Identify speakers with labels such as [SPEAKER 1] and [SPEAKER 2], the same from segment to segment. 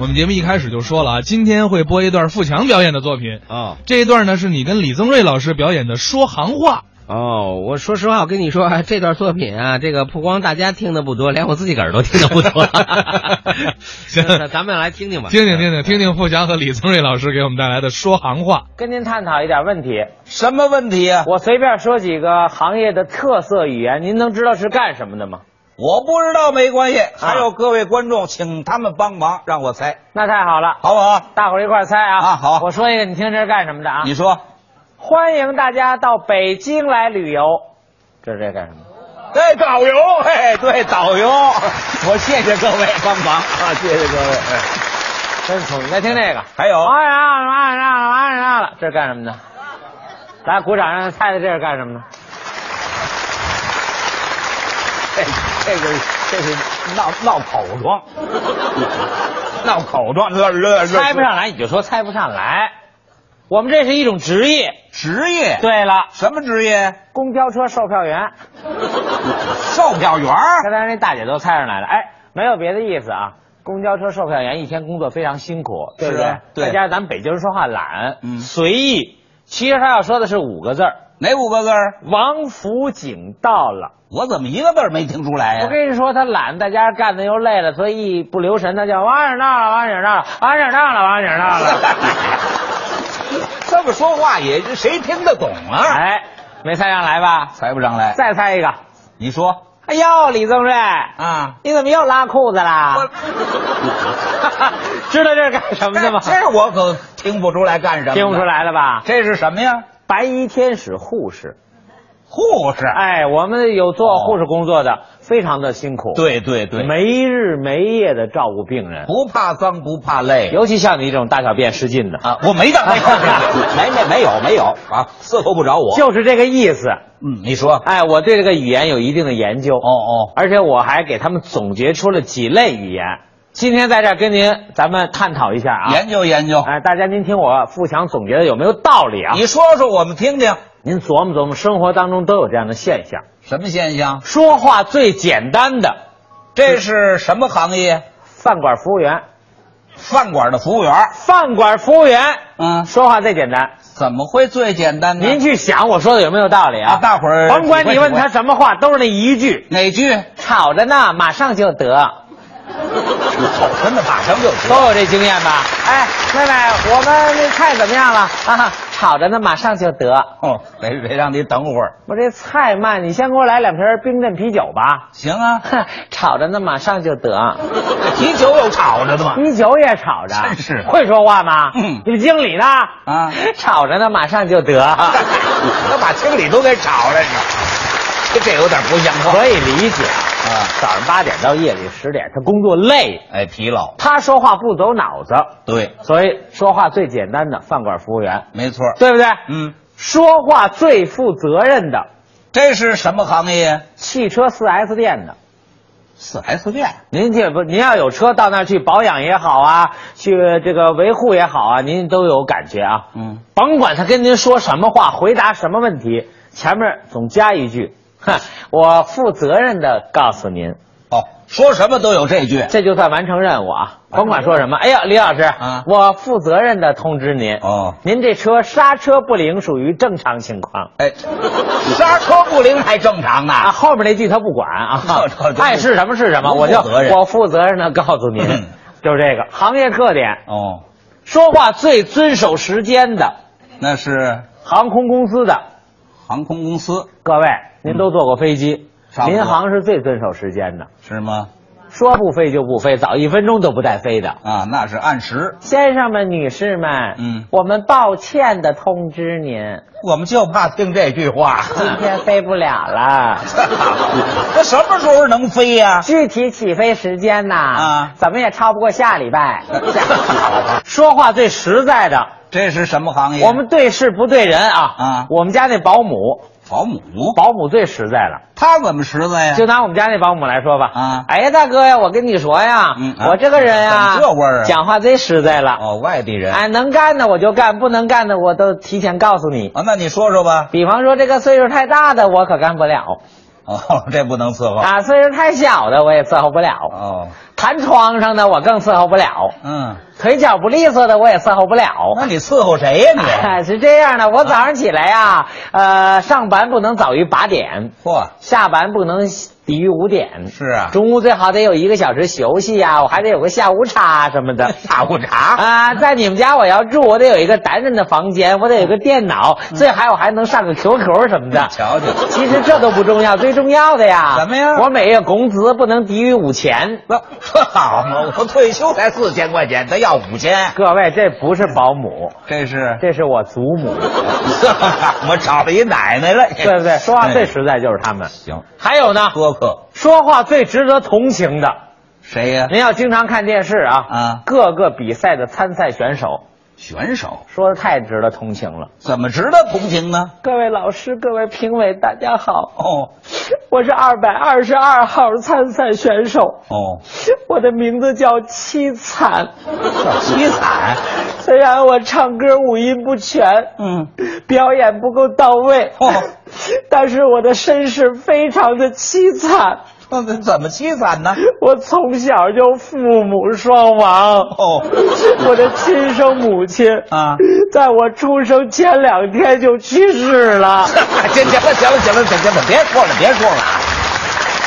[SPEAKER 1] 我们节目一开始就说了啊，今天会播一段富强表演的作品。
[SPEAKER 2] 哦
[SPEAKER 1] 这一段呢是你跟李增瑞老师表演的说行话，
[SPEAKER 2] 哦，我说实话，我跟你说啊，这段作品啊，这个不光大家听的不多，连我自己个儿都听的不 多。
[SPEAKER 1] 行
[SPEAKER 2] 那咱们来听听吧，
[SPEAKER 1] 听听听听听听富强和李增瑞老师给我们带来的说行话。
[SPEAKER 3] 跟您探讨一点问题。
[SPEAKER 4] 什么问题啊呀、
[SPEAKER 3] 我随便说几个行业的特色语言，您能知道是干什么的吗？
[SPEAKER 4] 我不知道没关系，
[SPEAKER 3] 啊
[SPEAKER 4] 还有各位观众，请他们帮忙让我猜，
[SPEAKER 3] 那太好了，
[SPEAKER 4] 好不好？
[SPEAKER 3] 大伙儿一块儿猜啊！
[SPEAKER 4] 啊好
[SPEAKER 3] 我说一个，你听这是干什么的啊？
[SPEAKER 4] 你说，
[SPEAKER 3] 欢迎大家到北京来旅游，这是这干什么？
[SPEAKER 4] 哎，导游，哎，对，导游，
[SPEAKER 3] 啊
[SPEAKER 4] 我谢谢各位帮忙啊，谢谢各位。哎
[SPEAKER 3] 真聪明。再听这个，
[SPEAKER 4] 还有，
[SPEAKER 3] 哎呀，完了完了完了完了，这是干什么的？来，鼓掌，让他猜猜这是干什么的？
[SPEAKER 4] 这这个这是闹闹口疮，闹口疮，乐乐乐，
[SPEAKER 3] 猜不上来你就说猜不上来。我们这是一种职业。
[SPEAKER 4] 职业，，
[SPEAKER 3] 对了，
[SPEAKER 4] 什么职业？
[SPEAKER 3] 公交车售票员。
[SPEAKER 4] 售票员儿
[SPEAKER 3] 刚才那大姐都猜上来了，哎，没有别的意思啊。公交车售票员一天工作非常辛苦，对不
[SPEAKER 4] 是
[SPEAKER 3] 对
[SPEAKER 4] 啊？对
[SPEAKER 3] 再加上咱们北京人说话懒，
[SPEAKER 4] 嗯
[SPEAKER 3] 随意。其实他要说的是五个字儿：
[SPEAKER 4] 哪五个字儿？
[SPEAKER 3] 王府井到了。
[SPEAKER 4] 我怎么一个字儿没听出哎来呀、
[SPEAKER 3] 我跟你说，他懒，再加上干的又累了，所以一不留神，他叫王井到了，王井到了，王井到了，王井到了。
[SPEAKER 4] 这么说话也谁听得懂 啊？
[SPEAKER 3] 哎，没猜上来吧？
[SPEAKER 4] 猜不上来。
[SPEAKER 3] 再猜一个。
[SPEAKER 4] 你说
[SPEAKER 3] 哎呦，李增瑞，
[SPEAKER 4] 啊？
[SPEAKER 3] 你怎么又拉裤子啦？ 知道这是干什么的吗？
[SPEAKER 4] 这我可听不出来干什么。
[SPEAKER 3] 听不出。来了吧？
[SPEAKER 4] 这是什么呀？
[SPEAKER 3] 白衣天使护士，
[SPEAKER 4] 护士。
[SPEAKER 3] 哎，我们有做护士工作的，非常的辛苦，，
[SPEAKER 4] 对对对，
[SPEAKER 3] 没日没夜的照顾病人，
[SPEAKER 4] 不怕脏不怕累。
[SPEAKER 3] 尤其像你这种大小便失禁的，
[SPEAKER 4] 啊，我没到那块儿 没没没有没有啊，伺候不着我。
[SPEAKER 3] 就是这个意思。
[SPEAKER 4] 嗯，你说。
[SPEAKER 3] 哎，我对这个语言有一定的研究，
[SPEAKER 4] 哦哦，
[SPEAKER 3] 而且我还给他们总结出了几类语言。今天在这儿跟您咱们探讨一下啊，
[SPEAKER 4] 研究研究。
[SPEAKER 3] 哎，大家您听我富强总结的有没有道理啊？
[SPEAKER 4] 你说说我们听听，
[SPEAKER 3] 您琢磨琢磨，生活当中都有这样的现象。
[SPEAKER 4] 什么现象？
[SPEAKER 3] 说话最简单的
[SPEAKER 4] 这是什么行业？
[SPEAKER 3] 饭馆服务员，
[SPEAKER 4] 饭馆的服务员。
[SPEAKER 3] 饭馆服务员，
[SPEAKER 4] 嗯，
[SPEAKER 3] 说话最简单。
[SPEAKER 4] 怎么会最简单呢？
[SPEAKER 3] 您去想我说的有没有道理啊？
[SPEAKER 4] 啊大伙儿
[SPEAKER 3] 甭管你问
[SPEAKER 4] 体会体
[SPEAKER 3] 他
[SPEAKER 4] 会
[SPEAKER 3] 什么话，都是那一句，
[SPEAKER 4] 哪句？
[SPEAKER 3] 吵着呢，马上就得，
[SPEAKER 4] 好，真的马上就
[SPEAKER 3] 都有这经验吧？哎，妹妹，我们那菜怎么样了啊？吵着呢，马上就得。
[SPEAKER 4] 哦，得得让你等会儿。
[SPEAKER 3] 我这菜慢，你先给我来两瓶冰镇啤酒 吧。
[SPEAKER 4] 行啊，
[SPEAKER 3] 哼吵着呢，马上就得。
[SPEAKER 4] 啤酒有炒着的吗？
[SPEAKER 3] 啤酒也吵着，
[SPEAKER 4] 真是
[SPEAKER 3] 会说话吗？
[SPEAKER 4] 嗯
[SPEAKER 3] 你们经理呢？
[SPEAKER 4] 啊
[SPEAKER 3] 吵着呢，马上就 得。
[SPEAKER 4] 他把经理都给炒了，你这这有点不像话
[SPEAKER 3] 可以理解啊，早上八点到夜里十点，他工作累，
[SPEAKER 4] 哎，疲劳，
[SPEAKER 3] 他说话不走脑子，
[SPEAKER 4] 对，
[SPEAKER 3] 所以说话最简单的饭馆服务员，
[SPEAKER 4] 没错。
[SPEAKER 3] 对不对？
[SPEAKER 4] 嗯，
[SPEAKER 3] 说话最负责任的
[SPEAKER 4] 这是什么行业？
[SPEAKER 3] 汽车 4S 店的，
[SPEAKER 4] 四 S 店。
[SPEAKER 3] 您这不您要有车到那儿去保养也好啊，去这个维护也好啊，您都有感觉啊。
[SPEAKER 4] 嗯，
[SPEAKER 3] 甭管他跟您说什么话，回答什么问题，前面总加一句， 哼，我负责任的告诉您，
[SPEAKER 4] 哦，说什么都有这句。
[SPEAKER 3] 这就算完成任务啊！甭管说什么，哎呀，李老师，
[SPEAKER 4] 啊
[SPEAKER 3] 我负责任的通知您，
[SPEAKER 4] 哦
[SPEAKER 3] 您这车刹车不灵属于正常情况
[SPEAKER 4] 哎，刹车不灵还正常呢。
[SPEAKER 3] 啊。后面那句他不管 啊
[SPEAKER 4] 这这，这
[SPEAKER 3] 爱是什么是什么，
[SPEAKER 4] 不
[SPEAKER 3] 我就
[SPEAKER 4] 负责任
[SPEAKER 3] 我负责任的告诉您
[SPEAKER 4] 嗯，
[SPEAKER 3] 就是这个行业特点，
[SPEAKER 4] 哦，
[SPEAKER 3] 说话最遵守时间的，
[SPEAKER 4] 那是
[SPEAKER 3] 航空公司的，
[SPEAKER 4] 航空公司
[SPEAKER 3] 各位您都坐过飞机，
[SPEAKER 4] 嗯差不多
[SPEAKER 3] 民航是最遵守时间的，
[SPEAKER 4] 是吗？
[SPEAKER 3] 说不飞就不飞，早一分钟都不带飞的。
[SPEAKER 4] 啊，那是按时。
[SPEAKER 3] 先生们、女士们，
[SPEAKER 4] 嗯
[SPEAKER 3] 我们抱歉的通知您，
[SPEAKER 4] 我们就怕听这句话。
[SPEAKER 3] 今 天飞不了了。 嗯
[SPEAKER 4] 那什么时候能飞呀、
[SPEAKER 3] 具体起飞时间呐，
[SPEAKER 4] 啊
[SPEAKER 3] 怎么也超不过下礼拜。 说话最实在的，
[SPEAKER 4] 这是什么行业？
[SPEAKER 3] 我们对事不对人啊。
[SPEAKER 4] 啊
[SPEAKER 3] 我们家那保姆，
[SPEAKER 4] 保姆，
[SPEAKER 3] 保姆最实在了。
[SPEAKER 4] 他怎么实在呀、
[SPEAKER 3] 就拿我们家那保姆来说吧，
[SPEAKER 4] 啊
[SPEAKER 3] 哎呀，大哥呀，我跟你说呀，
[SPEAKER 4] 嗯啊
[SPEAKER 3] 我这个人啊，
[SPEAKER 4] 怎么这味儿啊
[SPEAKER 3] 讲话最实在了。
[SPEAKER 4] 哦，外地人
[SPEAKER 3] 哎，能干的我就干，不能干的我都提前告诉你。
[SPEAKER 4] 啊，那你说说吧。
[SPEAKER 3] 比方说这个岁数太大的我可干不了
[SPEAKER 4] 哦，这不能伺候。
[SPEAKER 3] 啊，岁数太小的我也伺候不了。
[SPEAKER 4] 哦，
[SPEAKER 3] 弹窗上的我更伺候不了，
[SPEAKER 4] 嗯，
[SPEAKER 3] 腿脚不利索的我也伺候不了。
[SPEAKER 4] 那你伺候谁呀你？
[SPEAKER 3] 哎是这样的，我早上起来呀、
[SPEAKER 4] 啊
[SPEAKER 3] 呃，上班不能早于八点，
[SPEAKER 4] 嚯，
[SPEAKER 3] 下班不能低于五点。
[SPEAKER 4] 是啊
[SPEAKER 3] 中午最好得有一个小时休息呀、我还得有个下午茶什么的。
[SPEAKER 4] 下午 茶，
[SPEAKER 3] 啊，在你们家我要住，我得有一个单人的房间，我得有个电脑，
[SPEAKER 4] 嗯
[SPEAKER 3] 最还我还能上个 QQ 什么的。
[SPEAKER 4] 瞧瞧
[SPEAKER 3] 其实这都不重要，最重要的呀，
[SPEAKER 4] 嗯怎么样
[SPEAKER 3] 我每月工资不能低于五千。
[SPEAKER 4] 那 这好嘛？我退休才四千块钱，他要五千，
[SPEAKER 3] 各位，这不是保姆，
[SPEAKER 4] 这是
[SPEAKER 3] 这是我祖母，
[SPEAKER 4] 我找了一奶 奶了，
[SPEAKER 3] 对不对？说话最实在就是他们。
[SPEAKER 4] 行，
[SPEAKER 3] 哎还有呢，
[SPEAKER 4] 苛刻，
[SPEAKER 3] 说话最值得同情的，
[SPEAKER 4] 谁呀？
[SPEAKER 3] 您要经常看电视啊，
[SPEAKER 4] 啊
[SPEAKER 3] 各个比赛的参赛选手，
[SPEAKER 4] 选手
[SPEAKER 3] 说的太值得同情了。
[SPEAKER 4] 怎么值得同情呢？
[SPEAKER 3] 各位老师，各位评委，大家好，
[SPEAKER 4] 哦
[SPEAKER 3] 我是二百二十二号参赛选手，
[SPEAKER 4] 哦，
[SPEAKER 3] 我的名字叫凄惨。
[SPEAKER 4] 叫凄惨，
[SPEAKER 3] 虽然我唱歌五音不全，
[SPEAKER 4] 嗯，
[SPEAKER 3] 表演不够到位，
[SPEAKER 4] 哦
[SPEAKER 3] 但是我的身世非常的凄惨。
[SPEAKER 4] 那怎怎么凄惨呢？
[SPEAKER 3] 我从小就父母双 亡，
[SPEAKER 4] 哦
[SPEAKER 3] 我的亲生母亲
[SPEAKER 4] 啊，
[SPEAKER 3] 在我出生前两天就去世 了。
[SPEAKER 4] 行行了行了行了行行了，别说了别说了啊！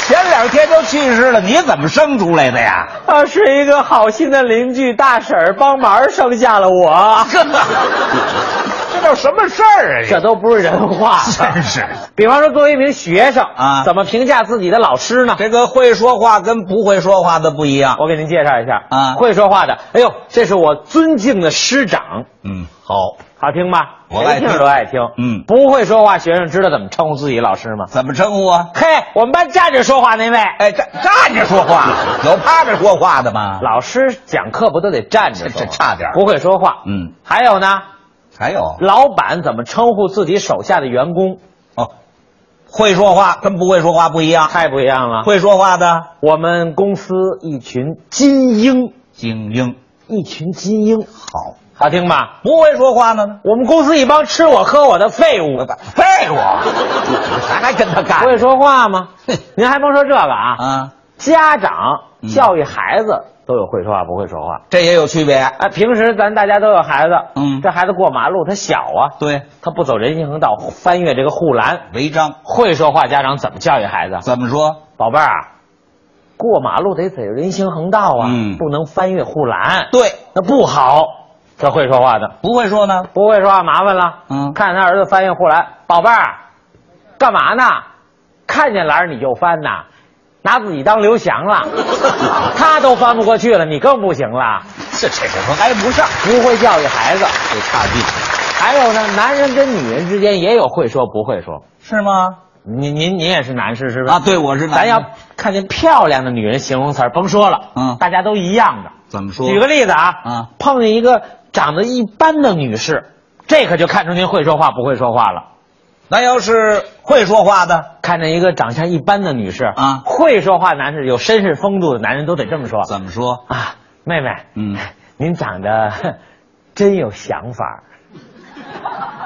[SPEAKER 4] 前两天就去世了，你怎么生出来的呀？
[SPEAKER 3] 啊，是一个好心的邻居大婶儿帮忙生下了我。
[SPEAKER 4] 这这叫什么事儿 啊
[SPEAKER 3] 这？都不是人话。啊
[SPEAKER 4] 真是
[SPEAKER 3] 比方说，作为一名学生
[SPEAKER 4] 啊
[SPEAKER 3] 怎么评价自己的老师呢？
[SPEAKER 4] 这个会说话跟不会说话的不一样。
[SPEAKER 3] 我给您介绍一下
[SPEAKER 4] 啊
[SPEAKER 3] 会说话的。哎呦，这是我尊敬的师长，
[SPEAKER 4] 嗯，好，
[SPEAKER 3] 好听吧？
[SPEAKER 4] 我
[SPEAKER 3] 谁
[SPEAKER 4] 爱听
[SPEAKER 3] 听都爱听。
[SPEAKER 4] 嗯
[SPEAKER 3] 不会说话学生知道怎么称呼自己老师吗？
[SPEAKER 4] 怎么称呼啊？
[SPEAKER 3] 嘿，我们班站着说话那位，
[SPEAKER 4] 哎，站站着说话， 有趴着说话的吗？
[SPEAKER 3] 老师讲课不都得站着说
[SPEAKER 4] 这
[SPEAKER 3] 吗？
[SPEAKER 4] 这差点儿
[SPEAKER 3] 不会说话。
[SPEAKER 4] 嗯，
[SPEAKER 3] 还有呢，
[SPEAKER 4] 还有
[SPEAKER 3] 老板怎么称呼自己手下的员工？
[SPEAKER 4] 哦，会说话跟不会说话不一样。
[SPEAKER 3] 太不一样了。
[SPEAKER 4] 会说话的
[SPEAKER 3] 我们公司一群精英，
[SPEAKER 4] 精英
[SPEAKER 3] 一群精英，
[SPEAKER 4] 好，
[SPEAKER 3] 好听吧？
[SPEAKER 4] 不会说话的呢？
[SPEAKER 3] 我们公司一帮吃我喝我的废物，
[SPEAKER 4] 废物，咱还跟他干？
[SPEAKER 3] 会说话吗
[SPEAKER 4] 哼？
[SPEAKER 3] 您还甭说这个啊，
[SPEAKER 4] 啊，
[SPEAKER 3] 家长
[SPEAKER 4] 嗯
[SPEAKER 3] 教育孩子都有会说话不会说话。
[SPEAKER 4] 这也有区别。
[SPEAKER 3] 哎，平时咱大家都有孩子，
[SPEAKER 4] 嗯
[SPEAKER 3] 这孩子过马路他小啊，
[SPEAKER 4] 对，
[SPEAKER 3] 他不走人行横道，翻越这个护栏，
[SPEAKER 4] 违章
[SPEAKER 3] 会说话家长怎么教育孩子？
[SPEAKER 4] 怎么说？
[SPEAKER 3] 宝贝儿啊，过马路得走人行横道啊，
[SPEAKER 4] 嗯
[SPEAKER 3] 不能翻越护栏。
[SPEAKER 4] 对，
[SPEAKER 3] 那不好。这会说话的
[SPEAKER 4] 不会说呢？
[SPEAKER 3] 不会说话，麻烦了。
[SPEAKER 4] 嗯
[SPEAKER 3] 看他儿子翻越护栏，宝贝儿，干嘛呢？看见栏儿你就翻呐，拿自己当刘翔 了。他都翻不过去了，你更不行了。
[SPEAKER 4] 这这我挨不上，
[SPEAKER 3] 不会教育孩子。
[SPEAKER 4] 这差距
[SPEAKER 3] 还有呢，男人跟女人之间也有会说不会说。
[SPEAKER 4] 是吗？
[SPEAKER 3] 您您您也是男士是不是？
[SPEAKER 4] 啊，对，我是男
[SPEAKER 3] 咱
[SPEAKER 4] 的
[SPEAKER 3] 要看见漂亮的女人，形容词儿甭说了，
[SPEAKER 4] 嗯
[SPEAKER 3] 大家都一样的。
[SPEAKER 4] 怎么说？
[SPEAKER 3] 举个例子啊，
[SPEAKER 4] 嗯
[SPEAKER 3] 碰见一个长得一般的女士，这可就看出您会说话不会说话了。
[SPEAKER 4] 那要是会说话的，
[SPEAKER 3] 看见一个长相一般的女士
[SPEAKER 4] 啊
[SPEAKER 3] 会说话男士有绅士风度的男人都得这么说
[SPEAKER 4] 怎么说？
[SPEAKER 3] 啊，妹妹，
[SPEAKER 4] 嗯，
[SPEAKER 3] 您长得 哼真有想法儿。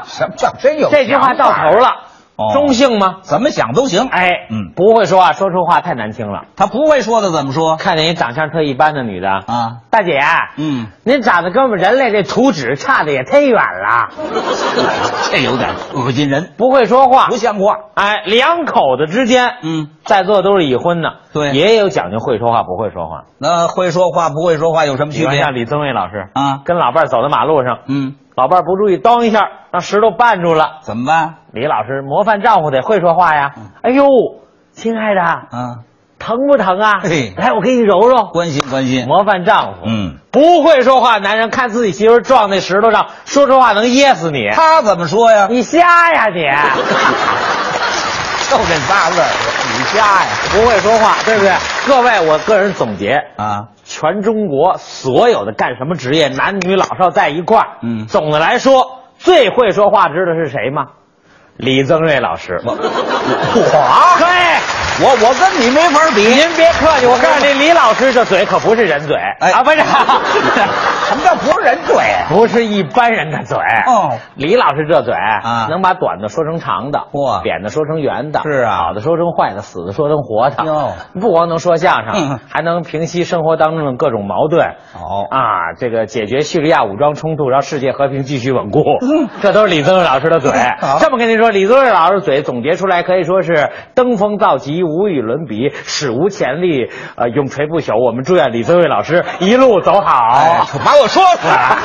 [SPEAKER 4] 什么叫真有
[SPEAKER 3] 这句话到头了，
[SPEAKER 4] 啊哦
[SPEAKER 3] 中性吗？
[SPEAKER 4] 怎么想都行。
[SPEAKER 3] 哎，
[SPEAKER 4] 嗯
[SPEAKER 3] 不会说话，说出话太难听了。
[SPEAKER 4] 他不会说的怎么说？
[SPEAKER 3] 看见一长相特一般的女的，
[SPEAKER 4] 啊，
[SPEAKER 3] 大姐，
[SPEAKER 4] 嗯，
[SPEAKER 3] 您长得跟我们人类这图纸差的也忒远了，
[SPEAKER 4] 这有点恶心人，
[SPEAKER 3] 不会说话
[SPEAKER 4] 不。像话。
[SPEAKER 3] 哎，两口子之间，
[SPEAKER 4] 嗯，
[SPEAKER 3] 在座都是已婚的，
[SPEAKER 4] 对
[SPEAKER 3] 也有讲究会说话不会说话。
[SPEAKER 4] 那会说话不会说话有什么
[SPEAKER 3] 比
[SPEAKER 4] 区
[SPEAKER 3] 方
[SPEAKER 4] 别
[SPEAKER 3] 像李宗伟老师，
[SPEAKER 4] 啊？
[SPEAKER 3] 跟老伴儿走在马路上，
[SPEAKER 4] 嗯，
[SPEAKER 3] 老伴儿不注意，当一下让石头绊住了。
[SPEAKER 4] 怎么办？
[SPEAKER 3] 李老师模范丈夫得会说话
[SPEAKER 4] 嗯
[SPEAKER 3] 呀。哎呦，亲爱的，
[SPEAKER 4] 啊，
[SPEAKER 3] 疼不疼啊
[SPEAKER 4] 嘿？
[SPEAKER 3] 来，我给你揉揉。
[SPEAKER 4] 关心关心。
[SPEAKER 3] 模范丈夫，
[SPEAKER 4] 哎嗯，
[SPEAKER 3] 不会说话男人看自己媳妇儿撞那石头上，说出话能噎死你。
[SPEAKER 4] 他怎么说呀？
[SPEAKER 3] 你瞎 呀你！
[SPEAKER 4] 就这仨字儿
[SPEAKER 3] 你瞎呀，不会说话，对不对？各位，我个人总结，
[SPEAKER 4] 啊。
[SPEAKER 3] 全中国所有的干什么职业，男女老少在一块儿，
[SPEAKER 4] 嗯
[SPEAKER 3] 总的来说，最会说话知道是谁吗？李增瑞老师。
[SPEAKER 4] 我
[SPEAKER 3] 我对，
[SPEAKER 4] 我我跟你没法比。嗯
[SPEAKER 3] 您别客气，我告诉你，李老师这嘴可不是人嘴、
[SPEAKER 4] 哎
[SPEAKER 3] 啊，不是，
[SPEAKER 4] 什么叫不是人嘴？
[SPEAKER 3] 不是一般人的嘴。
[SPEAKER 4] 哦，
[SPEAKER 3] 李老师这嘴
[SPEAKER 4] 啊
[SPEAKER 3] 能把短的说成长的，
[SPEAKER 4] 嚯
[SPEAKER 3] 扁的说成圆的，
[SPEAKER 4] 是啊
[SPEAKER 3] 好的说成坏的，死的说成活的。
[SPEAKER 4] 哟
[SPEAKER 3] 不光能说相声
[SPEAKER 4] 嗯，
[SPEAKER 3] 还能平息生活当中的各种矛盾。
[SPEAKER 4] 哦
[SPEAKER 3] 啊，这个解决叙利亚武装冲突，让世界和平继续稳固，这都是李宗瑞老师的嘴
[SPEAKER 4] 嗯 好。
[SPEAKER 3] 这么跟您说，李宗瑞老师嘴总结出来可以说是登峰造极、无与伦比、史无前例、呃永垂不朽。我们祝愿李宗瑞老师一路走好。
[SPEAKER 4] 哎，把我说死了。